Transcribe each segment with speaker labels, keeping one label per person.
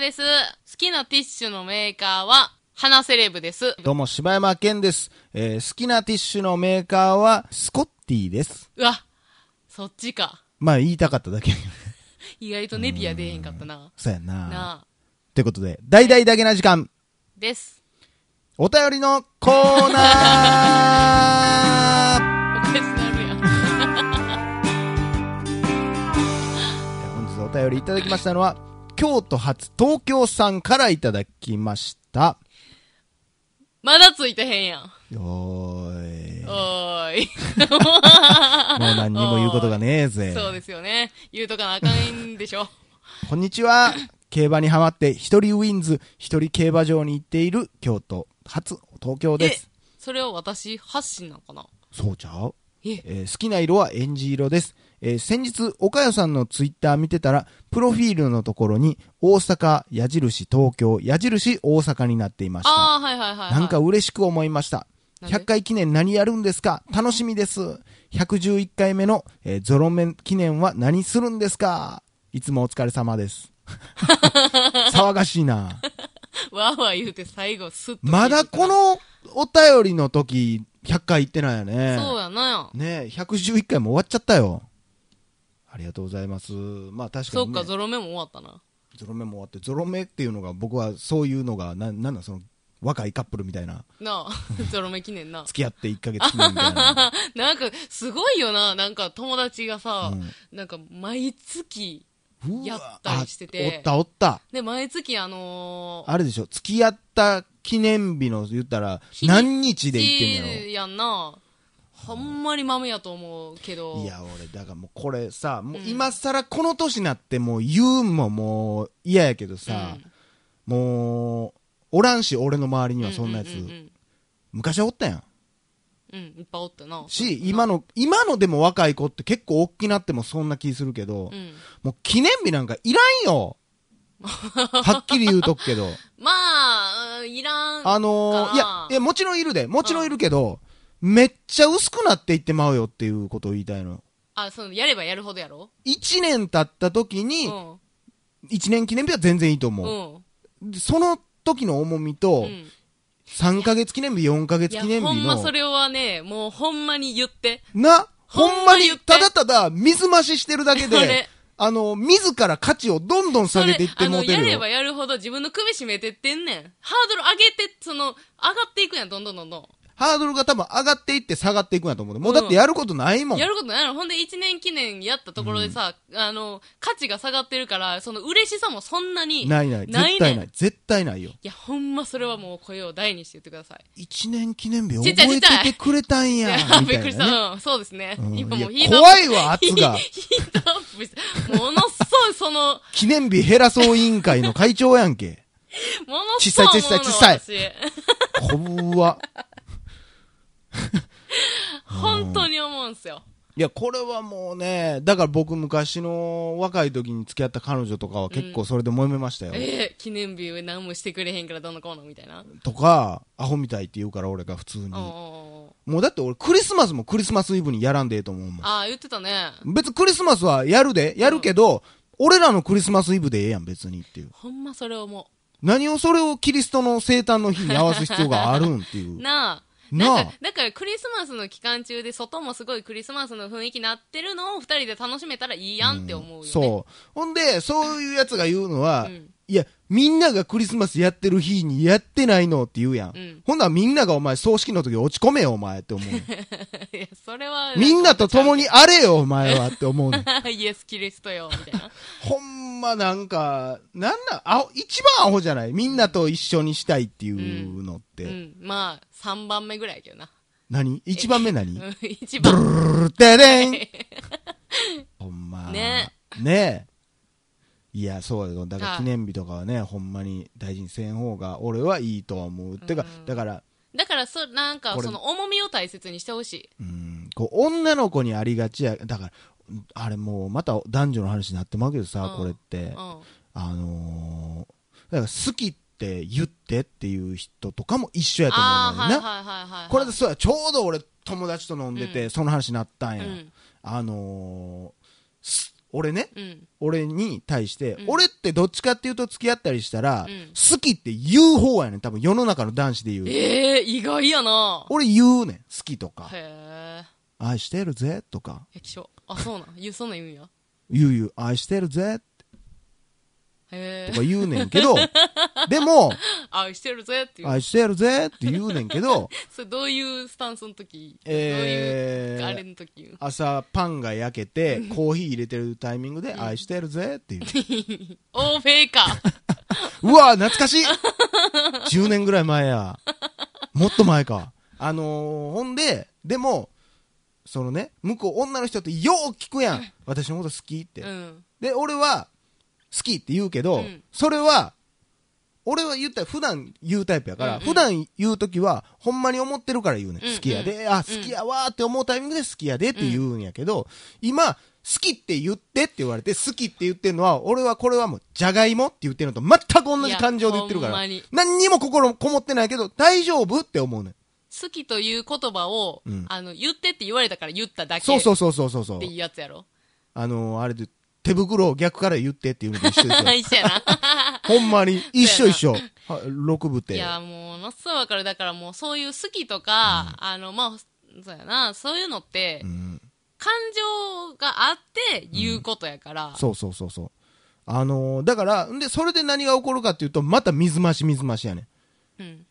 Speaker 1: です。好きなティッシュのメーカーは、花セレブです。
Speaker 2: どうも、柴山健です。えー好きなティッシュのメーカーは、スコッティです。
Speaker 1: うわ、そっちか。
Speaker 2: まあ、言いたかっただけ。
Speaker 1: 意外とネピア出えへんかったな。
Speaker 2: そうやんな。
Speaker 1: なあ。
Speaker 2: ということで、大々だけな時間、
Speaker 1: です。
Speaker 2: お便りのコーナ ー
Speaker 1: おかしなるやん。
Speaker 2: 本日お便りいただきましたのは、京都発東京さんからいただきました。
Speaker 1: まだついてへんやん。
Speaker 2: おーい。も
Speaker 1: おーい。
Speaker 2: う何にも言うことがねえ ぜ。
Speaker 1: そうですよね。言うとかなあかんでしょ。
Speaker 2: こんにちは。競馬にハマって、一人ウィンズ、一人競馬場に行っている京都発東京で
Speaker 1: え
Speaker 2: す。、
Speaker 1: それを私発信なのかな
Speaker 2: そうちゃう
Speaker 1: え、
Speaker 2: えー好きな色はエンジ色です。えー先日、岡谷さんのツイッター見てたら、プロフィールのところに、大阪、矢印、東京、矢印、大阪になっていました。
Speaker 1: ああ、はいはいはい、はい。
Speaker 2: なんか、嬉しく思いました。
Speaker 1: なんで
Speaker 2: 100回記念何やるんですか楽しみです。111回目の、えーゾロ目記念は何するんですかいつもお疲れ 様です。騒がしいな。
Speaker 1: わーわー言うて最後スッと。
Speaker 2: まだこ、のお便りの時、100回行ってないよね。
Speaker 1: そうやな。
Speaker 2: ねえ、111回も終わっちゃったよ。ありがとうございます。まあ確か
Speaker 1: そ
Speaker 2: に、
Speaker 1: っ
Speaker 2: ね、
Speaker 1: か、ゾロ目も終わったな。
Speaker 2: ゾロ目も終わって、ゾロ目っていうのが僕はそういうのが、ななんだその若いカップルみたいな、
Speaker 1: なあ、 ゾロ目記念な。
Speaker 2: 付き合って1ヶ月記念みた いな。
Speaker 1: なんか、すごいよな。なんか、友達がさ、
Speaker 2: う
Speaker 1: なんか、毎月、
Speaker 2: うわ
Speaker 1: やったりしてて
Speaker 2: あおったおった。
Speaker 1: で、毎月、あのー、
Speaker 2: あれでしょ、付き合った記念日の言ったら、
Speaker 1: 日にち
Speaker 2: 何日で行ってんだろ
Speaker 1: やんな。ほんまに豆やと思うけど。
Speaker 2: いや、俺、だからもうこれさ、もう今更この年になってもう言うんももう嫌やけどさ、もう、おらんし、俺の周りに
Speaker 1: うん、
Speaker 2: はそんなやつ。
Speaker 1: うん、うん
Speaker 2: 昔はおったやん。
Speaker 1: うん、うんいっぱいおったな。
Speaker 2: し、今の、今のでも若い子って結構大きなってもそんな気するけど、
Speaker 1: うん。
Speaker 2: もう記念日なんかいらん よはっきり言うとくけど。
Speaker 1: まあ、うんいらん。
Speaker 2: あの
Speaker 1: か
Speaker 2: ー
Speaker 1: ない
Speaker 2: や、いや、もちろんいるで、もちろんいるけど、めっちゃ薄くなっていってまうよっていうことを言いたいの。
Speaker 1: あ、その、やればやるほどやろ
Speaker 2: 一年経った時
Speaker 1: う
Speaker 2: に、
Speaker 1: ん。
Speaker 2: 一年記念日は全然いいと
Speaker 1: う
Speaker 2: 思う。
Speaker 1: ん。
Speaker 2: でその時の重みと、
Speaker 1: うん
Speaker 2: 三ヶ月記念日、四ヶ月記
Speaker 1: いや
Speaker 2: 念
Speaker 1: ほ
Speaker 2: 日
Speaker 1: んまそ
Speaker 2: の、
Speaker 1: れはね、もうほんまに言って。
Speaker 2: な、ほんまに
Speaker 1: ほんま言って、
Speaker 2: ただただ水増ししてるだけ
Speaker 1: そ
Speaker 2: で
Speaker 1: れ、
Speaker 2: あの、自ら価値をどんどん下げていっ
Speaker 1: それ
Speaker 2: てもうて
Speaker 1: あの、や
Speaker 2: る
Speaker 1: れ
Speaker 2: よ
Speaker 1: ば。やるほど自分の首絞めてってんねん。ハードル上げて、その、上がっていくやん、どんどんどんど
Speaker 2: ハードルが多分上がっていって下がっていくんやと思うで。もうだってやることないも
Speaker 1: ん。
Speaker 2: ん
Speaker 1: や。ることないの。ほんで、一年記念やったところでさ、あの、価値が下がってるから、その嬉しさもそんなに。
Speaker 2: ないない。
Speaker 1: ないね
Speaker 2: 絶対ない。絶対ないよ。
Speaker 1: いや、ほんまそれはもう声を大にして言ってください。
Speaker 2: 一年記念日
Speaker 1: ちっちゃい
Speaker 2: 覚えててくれたんや。 み
Speaker 1: び
Speaker 2: た
Speaker 1: っくり
Speaker 2: い
Speaker 1: し
Speaker 2: なね。
Speaker 1: た。うん、そうですね。
Speaker 2: うん
Speaker 1: 今もう
Speaker 2: い
Speaker 1: ヒ
Speaker 2: や
Speaker 1: ートアップ。
Speaker 2: 怖いわ圧 が
Speaker 1: ヒートアップした。ものすごい、その、
Speaker 2: 記念日減らそう委員会の会長やんけ。
Speaker 1: ものすごい思うの。
Speaker 2: 小さい小さい小
Speaker 1: さい。
Speaker 2: こぶわ。
Speaker 1: 本当に思うんすよ。
Speaker 2: いや、これはもうね、だから僕昔の若い時に付き合った彼女とかは結構それで揉めましたよ。
Speaker 1: えー、記念日何もしてくれへんからどうのこうのみたいな。
Speaker 2: とか、アホみたいって言うから俺が普通に。
Speaker 1: おうおうおう
Speaker 2: もうだって俺クリスマスもクリスマスイブにやらんでええと思うもん。
Speaker 1: ああ、言ってたね。
Speaker 2: 別にクリスマスはやるで、やるけど、俺らのクリスマスイブでええやん、別にっていう。
Speaker 1: ほんまそれ思。
Speaker 2: 何をそれをキリストの生誕の日に合わす必要があるんっていう う。
Speaker 1: なあ。
Speaker 2: なあ
Speaker 1: なんかだからクリスマスの期間中で外もすごいクリスマスの雰囲気なってるのを二人で楽しめたらいいやんって思うよね。
Speaker 2: そう。ほんで、そういうやつが言うのは、
Speaker 1: うん
Speaker 2: いや、みんながクリスマスやってる日にやってないのって言うやん。
Speaker 1: うん
Speaker 2: ほんならみんながお前葬式の時落ち込めよ、お前って 思う。
Speaker 1: いや、それは。
Speaker 2: みんなと共
Speaker 1: に。
Speaker 2: にあれよ、お前はって思うねん。
Speaker 1: イエスキリストよ、みたいな。
Speaker 2: ほんまなんか、なんなん、アホ、一番アホじゃないみんなと一緒にしたいっていうのって。
Speaker 1: うん。まあ、三番目ぐらいやけどな。
Speaker 2: 何一番目何
Speaker 1: うん 一
Speaker 2: ブル
Speaker 1: 番。
Speaker 2: ルルテレンほんま。
Speaker 1: ね
Speaker 2: ねえ。いや、そうよ。だから記念日とかはね、ほんまに大事にせん方が俺はいいとは思う。てか、だから、
Speaker 1: だから、そ、なんか
Speaker 2: こ、れ
Speaker 1: その重みを大切にしてほしい。
Speaker 2: うん、こう、女の子にありがちや。だから、あれもうまた男女の話になってまうけどさ、
Speaker 1: うん
Speaker 2: これって
Speaker 1: う。ん。
Speaker 2: あのー、だから好きって言ってっていう人とかも一緒やと思
Speaker 1: ああ、
Speaker 2: うの
Speaker 1: はい
Speaker 2: よ
Speaker 1: はい
Speaker 2: な。
Speaker 1: はいはい。
Speaker 2: これでそうや、ちょうど俺友達と飲んでて、その話になったんや。
Speaker 1: うん
Speaker 2: あのーす俺ね、
Speaker 1: うん。
Speaker 2: 俺に対して、
Speaker 1: うん
Speaker 2: 俺ってどっちかっていうと付き合ったりしたら、
Speaker 1: うん
Speaker 2: 好きって言う方やねん。多分世の中の男子で言う。
Speaker 1: ええ意外やな
Speaker 2: 俺言うねん。好きとか、
Speaker 1: へえ。
Speaker 2: 愛してるぜとか、
Speaker 1: え、気象。あ、そうなん。言う、そんなん言うんや。
Speaker 2: 言う言う、愛してるぜ
Speaker 1: へえ。
Speaker 2: とか言うねん けど、でも、
Speaker 1: 愛してるぜっていう。
Speaker 2: 愛してるぜって言うねんけど、
Speaker 1: それどういうスタンスの時どう
Speaker 2: え
Speaker 1: いう、あれ
Speaker 2: ー、
Speaker 1: の時言う
Speaker 2: 朝パンが焼けて、コーヒー入れてるタイミングで、愛してるぜっていう。
Speaker 1: おー、フェイか。
Speaker 2: うわ懐かしい !10 年ぐらい前や。もっと前か。あのー、ほんで、でも、そのね、向こう女の人ってよう聞くやん。私のこと好きって。
Speaker 1: うん。
Speaker 2: で、俺は、好きって言うけど、
Speaker 1: うん
Speaker 2: それは、俺は言ったら普段言うタイプやから、
Speaker 1: うんうん
Speaker 2: 普段言うときは、ほんまに思ってるから言うねん。
Speaker 1: うんうん
Speaker 2: 好きやで、あ、好きやわーって思うタイミングで好きやでって言うんやけど、今、好きって言ってって言われて、好きって言ってるのは、俺はこれはもう、じゃがいもって言ってるのと全く同じ感情で言ってるか
Speaker 1: いやほんま
Speaker 2: ら
Speaker 1: に、
Speaker 2: 何にも心こもってないけど、大丈夫って思うねん。
Speaker 1: 好きという言葉を、
Speaker 2: うん
Speaker 1: あの、言ってって言われたから言っただけ。
Speaker 2: そうそううそうそうそうそう
Speaker 1: って。いうやつやろ。。
Speaker 2: あのー、あれで、手袋を逆から言ってっていうのと一緒ですよ
Speaker 1: 一緒や な。
Speaker 2: ほんま に、一緒一緒。は六部って。
Speaker 1: いや、もう、ものすごいわかる。だからもう、そういう好きとか、あの、まあ、そうやな、そういうのって、
Speaker 2: うん
Speaker 1: 感情があって言うことやから。
Speaker 2: そうそうそうそう。あのーだから、んで、それで何が起こるかっていうと、また水増し水増しやね
Speaker 1: うん。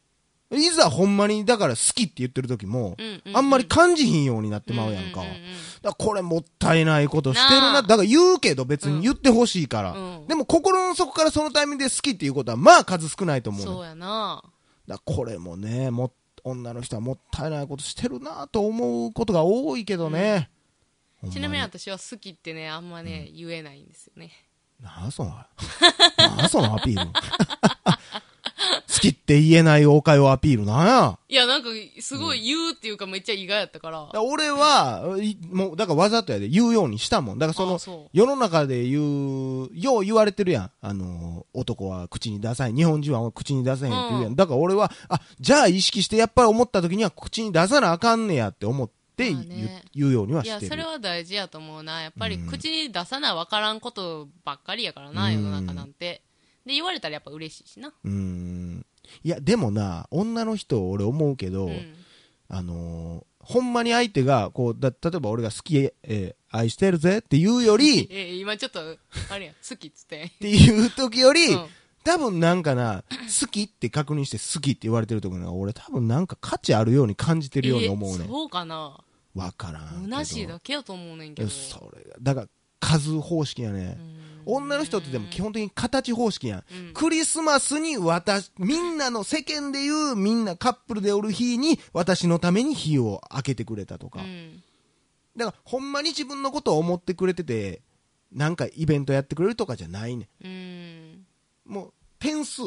Speaker 2: ん。いざほんまに、だから好きって言ってる時も、
Speaker 1: うんうんうん
Speaker 2: あんまり感じひんようになってまうやん
Speaker 1: う
Speaker 2: か。
Speaker 1: んうん
Speaker 2: だからこれもったいないことしてる
Speaker 1: な
Speaker 2: な。
Speaker 1: あ
Speaker 2: だから言うけど別に言ってほしいから、
Speaker 1: うん
Speaker 2: でも心の底からそのタイミングで好きっていうことは、まあ数少ないと
Speaker 1: うん
Speaker 2: 思うねん
Speaker 1: そうやな。
Speaker 2: だからこれもね、もっ、女の人はもったいないことしてるなと思うことが多いけどね。ほんま
Speaker 1: ちなみに私は好きってね、あんまね、言えないんですよね。
Speaker 2: なあその、なあそのアピール。好きって言えない妖怪をアピールなんや。
Speaker 1: いや、なんか、すごい言うっていうか、めっちゃ意外やったから。
Speaker 2: だ俺は、いもう、だからわざとやで言うようにしたもん。だからその、
Speaker 1: あそう
Speaker 2: 世の中で言う、よう言われてるやん。あの、男は口に出さへん。日本人は口に出さへんって言うやん。
Speaker 1: う
Speaker 2: だから俺は、あ、じゃあ意識してやっぱり思った時には口に出さなあかんねやって思って言,、
Speaker 1: まあね
Speaker 2: 言うようにはいして
Speaker 1: や、
Speaker 2: る。
Speaker 1: それは大事やと思うな。やっぱり、口に出さな分からんことばっかりやからな、
Speaker 2: うん
Speaker 1: 世の中なんて。で、言われたらやっぱ嬉しいしな。
Speaker 2: うーん。いや、でもな、女の人俺思うけど、
Speaker 1: うん。
Speaker 2: あのーほんまに相手が、こう、だ、例えば俺が好き、えー愛してるぜっていうより、っ
Speaker 1: え、今ちょっと、あれやん、好きっつって。
Speaker 2: ていう時より、
Speaker 1: うん
Speaker 2: 多分なんかな、好きって確認して好きって言われてる時の方が俺多分なんか価値あるように感じてるように思うね
Speaker 1: え
Speaker 2: ん。
Speaker 1: そうかな。
Speaker 2: わからんけど。
Speaker 1: 虚しいだけやと思うねんけ
Speaker 2: い
Speaker 1: ど。
Speaker 2: やそれが、だから数方式やね。女の人ってでも基本的に形方式やん。
Speaker 1: うん
Speaker 2: クリスマスに私、みんなの世間で言う、みんなカップルでおる日に、私のために日を開けてくれたとか。
Speaker 1: うん。
Speaker 2: だからほんまに自分のことを思ってくれててなんかイベントやってくれるとかじゃないね
Speaker 1: うん。
Speaker 2: んもう点数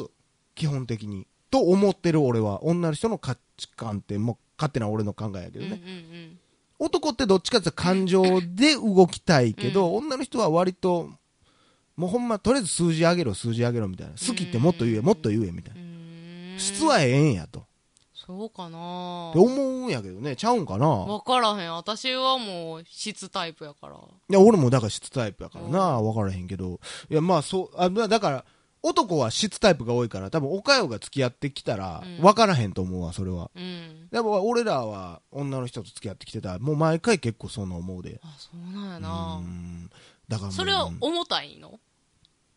Speaker 2: 基本的にと思ってる俺は女の人の価値観ってもう勝手な俺の考えやけ
Speaker 1: うん。
Speaker 2: ど
Speaker 1: うん。う
Speaker 2: ね、
Speaker 1: ん。
Speaker 2: 男ってどっちかっていうと感情で動きたいけど、女の人は割ともうほんまとりあえず数字上げろ数字上げろみたいな好きってもっと言えもっと言えみたいうな
Speaker 1: ーん
Speaker 2: 質はええんやと
Speaker 1: そうかな
Speaker 2: って思うんやけどねちゃうんかな
Speaker 1: 分からへん私はもう質タイプやから
Speaker 2: いや、俺もだから質タイプやからな、分からへんけど。いや、まあ、そう、あ、だだから、男は質タイプが多いから、多分、おかよが付き合ってきたら
Speaker 1: うん、
Speaker 2: 分からへんと思うわ、それは。
Speaker 1: うん
Speaker 2: でも、俺らは、女の人と付き合ってきてたら、もう毎回結構そんな思うで。
Speaker 1: あそうなんや
Speaker 2: う
Speaker 1: な、
Speaker 2: ん。だからもう、
Speaker 1: それは重たいの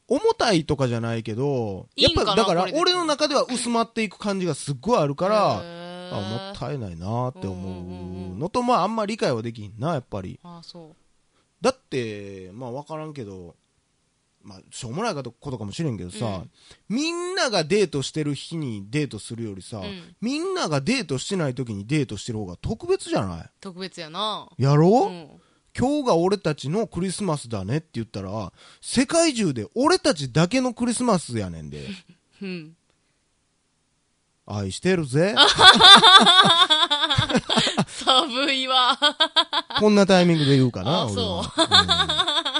Speaker 2: 重たいとかじゃないけど、
Speaker 1: いい
Speaker 2: やっ
Speaker 1: んかな
Speaker 2: ぱり、だから
Speaker 1: これ、で
Speaker 2: 俺の中では薄まっていく感じがすっごいあるから、
Speaker 1: へー
Speaker 2: あ、もったいないなって
Speaker 1: うんうん
Speaker 2: 思
Speaker 1: う
Speaker 2: うんのと、まあ、あんま理解はできひんな、やっぱり。
Speaker 1: あそう
Speaker 2: だってまあ分からんけど、まあ、しょうもないことかもしれんけどさ、みんながデートしてる日にデートするよりさ、
Speaker 1: うん
Speaker 2: みんながデートしてない時にデートしてる方が特別じゃない
Speaker 1: 特別やな
Speaker 2: やろう、
Speaker 1: うん
Speaker 2: 今日が俺たちのクリスマスだねって言ったら世界中で俺たちだけのクリスマスやねん で
Speaker 1: うん、
Speaker 2: 愛してるぜ
Speaker 1: 寒いわ
Speaker 2: こんなタイミングで言うかな
Speaker 1: あ
Speaker 2: 俺は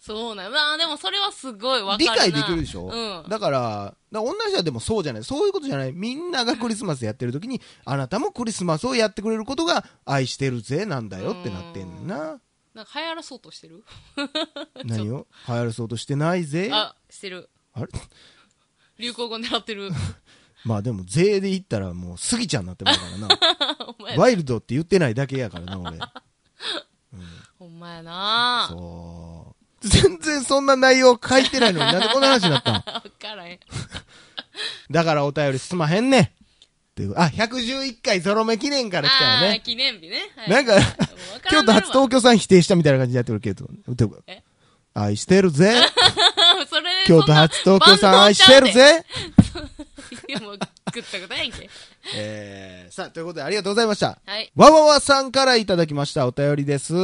Speaker 1: そうなんやまあでもそれはすごい分かる
Speaker 2: 理
Speaker 1: な
Speaker 2: 解できるでしょ、
Speaker 1: うん
Speaker 2: だから、だから女の人はでもそうじゃない。そういうことじゃない。みんながクリスマスやってる時に、あなたもクリスマスをやってくれることが愛してるぜなんだよってなってんな。
Speaker 1: なんか流行らそうとしてる
Speaker 2: 何を流行らそうとしてないぜあ
Speaker 1: あしてる
Speaker 2: れ
Speaker 1: 流行語狙って る
Speaker 2: まあでも税で言ったらもうスギちゃんになってもうか ら
Speaker 1: お前
Speaker 2: なワイルドって言ってないだけやからな俺
Speaker 1: ほんまやな
Speaker 2: そう全然そんな内容書いてないのになんでこんな話になったん
Speaker 1: 分からへん
Speaker 2: だからお便りすまへんねんっていうあ111回ゾロ目記念から来たよ
Speaker 1: ああ
Speaker 2: ね
Speaker 1: 記念日ね、はい
Speaker 2: なんか
Speaker 1: もう分から
Speaker 2: 京
Speaker 1: ん
Speaker 2: 都
Speaker 1: なる
Speaker 2: 初東京さん否定したみたいな感じになってるけどてか
Speaker 1: え
Speaker 2: 愛して るぜ
Speaker 1: わ それ
Speaker 2: 京都初東京さん愛してるぜ
Speaker 1: いやもうぐったぐたやんけ
Speaker 2: えー、さあ、ということでありがとうございました。
Speaker 1: はい
Speaker 2: わわわさんからいただきましたお便りです。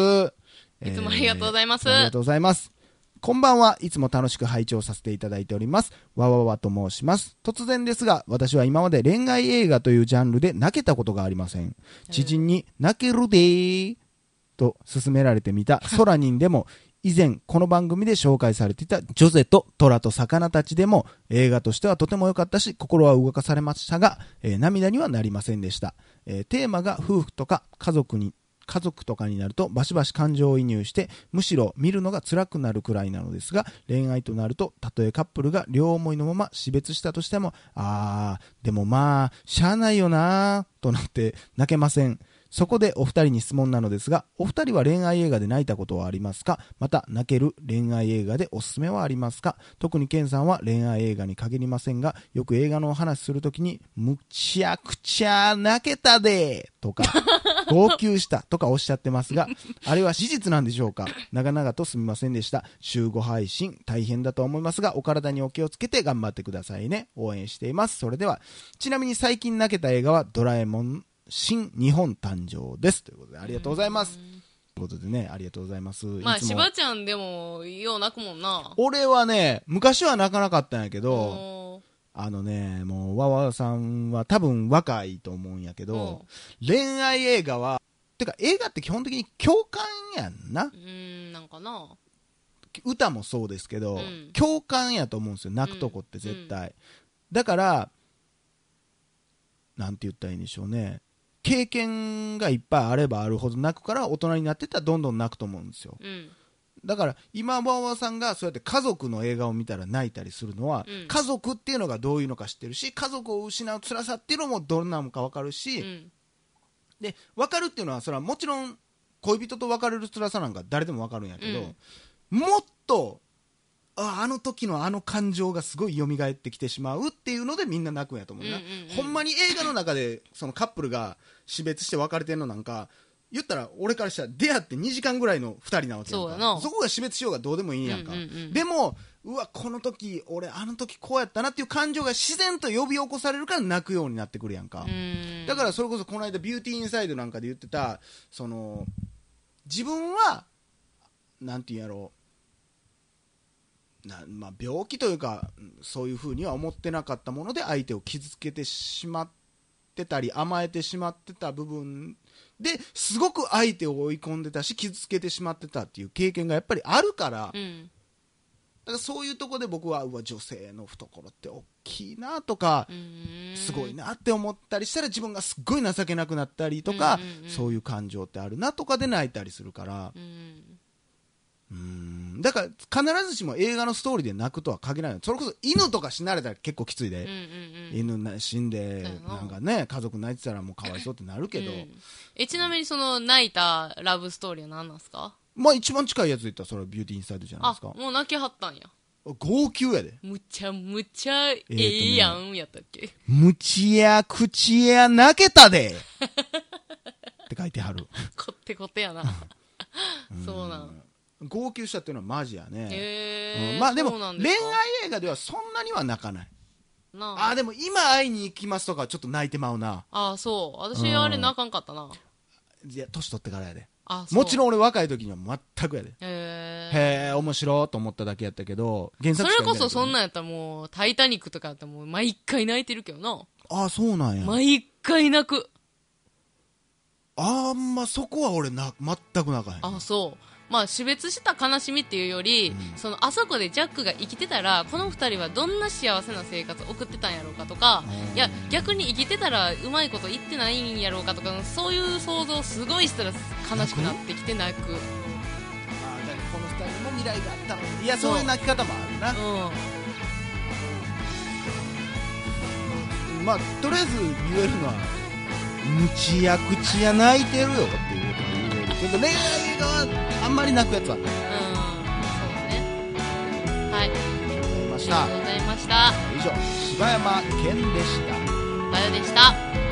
Speaker 2: い
Speaker 1: つもありがとうございます
Speaker 2: ありがとうございます。こんばんはいつも楽しく拝聴させていただいております。わわわと申します。突然ですが、私は今まで恋愛映画というジャンルで泣けたことがありません。知人に泣けるでーと勧められてみたソラニンでも、以前この番組で紹介されていたジョゼと虎と魚たちでも映画としてはとても良かったし心は動かされましたが、えー涙にはなりませんでした、えーテーマが夫婦とか家族に家族とかになるとバシバシ感情移入してむしろ見るのが辛くなるくらいなのですが恋愛となるとたとえカップルが両思いのまま死別したとしてもあーでもまあしゃあないよなーとなって泣けませんそこでお二人に質問なのですがお二人は恋愛映画で泣いたことはありますかまた泣ける恋愛映画でおすすめはありますか特にケンさんは恋愛映画に限りませんがよく映画のお話するときにむちゃくちゃ泣けたでとか号泣したとかおっしゃってますがあれは事実なんでしょうか長々とすみませんでした週5配信大変だと思いますがお体にお気をつけて頑張ってくださいね応援していますそれではちなみに最近泣けた映画はドラえもん新日本誕生ですということでありがとうございますということでねありがとうございます
Speaker 1: まあ
Speaker 2: いつ
Speaker 1: し
Speaker 2: も
Speaker 1: ばちゃんでもよう泣くもんな
Speaker 2: 俺はね昔は泣かなかったんやけど
Speaker 1: お
Speaker 2: あのねもうわわさんは多分若いと思うんやけど恋愛映画はてか映画って基本的に共感やんな
Speaker 1: うーんなんかな
Speaker 2: 歌もそうですけど、
Speaker 1: うん
Speaker 2: 共感やと思うんですよ泣くとこって絶対、だからなんて言ったらいいんでしょうね経験がいっぱいあればあるほど泣くから大人になってったらどんどん泣くと思うんですよ
Speaker 1: うん
Speaker 2: だから今ばばさんがそうやって家族の映画を見たら泣いたりするのは、
Speaker 1: うん
Speaker 2: 家族っていうのがどういうのか知ってるし家族を失う辛さっていうのもどんなのか分かるし、
Speaker 1: うん
Speaker 2: で分かるっていうのはそれはもちろん恋人と別れる辛さなんか誰でも分かるんやけど、もっとああの時のあの感情がすごい蘇ってきてしまうっていうのでみんな泣くんやと思うな、
Speaker 1: うんうんうん
Speaker 2: ほんまに映画の中でそのカップルが死別して別れてんのなんか言ったら俺からしたら出会って2時間ぐらいの2人なわけやん
Speaker 1: そう
Speaker 2: か
Speaker 1: やな
Speaker 2: こが死別しようがどうでもいいやんか、
Speaker 1: うんうんうん
Speaker 2: でもうわこの時俺あの時こうやったなっていう感情が自然と呼び起こされるから泣くようになってくるやんか、
Speaker 1: うーん
Speaker 2: だからそれこそこの間ビューティーインサイドなんかで言ってたその自分はなんていうんやろうなまあ、病気というかうんそういうふうには思ってなかったもので相手を傷つけてしまってたり甘えてしまってた部分ですごく相手を追い込んでたし傷つけてしまってたっていう経験がやっぱりあるから、
Speaker 1: うん
Speaker 2: だからそういうところで僕はうわ女性の懐って大きいなとか、
Speaker 1: うーん
Speaker 2: すごいなって思ったりしたら自分がすっごい情けなくなったりとか、
Speaker 1: うんうんうん
Speaker 2: そういう感情ってあるなとかで泣いたりするから
Speaker 1: うん
Speaker 2: うーんだから必ずしも映画のストーリーで泣くとは限らないそれこそ犬とか死なれたら結構きつい
Speaker 1: うんう
Speaker 2: で、
Speaker 1: んうん
Speaker 2: 犬な死んで
Speaker 1: そうやな
Speaker 2: なんかね家族泣いてたらもうかわいそうってなるけど、
Speaker 1: うんえちなみにその泣いたラブストーリーは何なんすか
Speaker 2: まあ一番近いやつで言ったらそれはビューティーインサイドじゃないで
Speaker 1: あ
Speaker 2: すか
Speaker 1: もう泣きはったんや
Speaker 2: 号泣やで
Speaker 1: むちゃむちゃえ
Speaker 2: えーとね
Speaker 1: えやんやったっけ
Speaker 2: むちやくちや泣け たでって書いてはる
Speaker 1: こってこってやなそうなん
Speaker 2: 号泣したっていうのはマジやね
Speaker 1: へ
Speaker 2: う
Speaker 1: え
Speaker 2: んまあでも
Speaker 1: そうな
Speaker 2: 恋愛
Speaker 1: んですか
Speaker 2: 映画ではそんなには泣かない
Speaker 1: な
Speaker 2: あ
Speaker 1: あ
Speaker 2: ーでも今会いに行きますとかはちょっと泣いてまうな
Speaker 1: あそう
Speaker 2: う
Speaker 1: 私
Speaker 2: ん
Speaker 1: あれ泣かんかったない
Speaker 2: や年取ってからやで
Speaker 1: あそう
Speaker 2: もちろん俺若い時には全くやで
Speaker 1: へえ
Speaker 2: へえ面白いと思っただけやったけど原
Speaker 1: そ
Speaker 2: 作
Speaker 1: れ
Speaker 2: しか
Speaker 1: こ
Speaker 2: 見い
Speaker 1: そそん
Speaker 2: な
Speaker 1: なんやったらもう「タイタニック」とかやったらもう毎回泣いてるけどな
Speaker 2: あーそうなんや
Speaker 1: 毎回泣く
Speaker 2: あんまそこは俺な全く泣かへん
Speaker 1: あそうまあ死別した悲しみっていうより、そのあそこでジャックが生きてたらこの2人はどんな幸せな生活を送ってたんやろうかとか
Speaker 2: うん
Speaker 1: いや逆に生きてたらうまいこと言ってないんやろうかとかそういう想像すごいしたら悲しくなってきて泣く
Speaker 2: があったのにいやそういう泣き方もあるな、
Speaker 1: うん
Speaker 2: まあとりあえず言えるのはむちやくちや泣いてるよっていうことは言えるけど恋愛があんまり泣くやつは
Speaker 1: うんそうねはい
Speaker 2: 思いま
Speaker 1: あ
Speaker 2: し
Speaker 1: り
Speaker 2: た
Speaker 1: がとうございました
Speaker 2: 以上柴山健でした
Speaker 1: バヨでした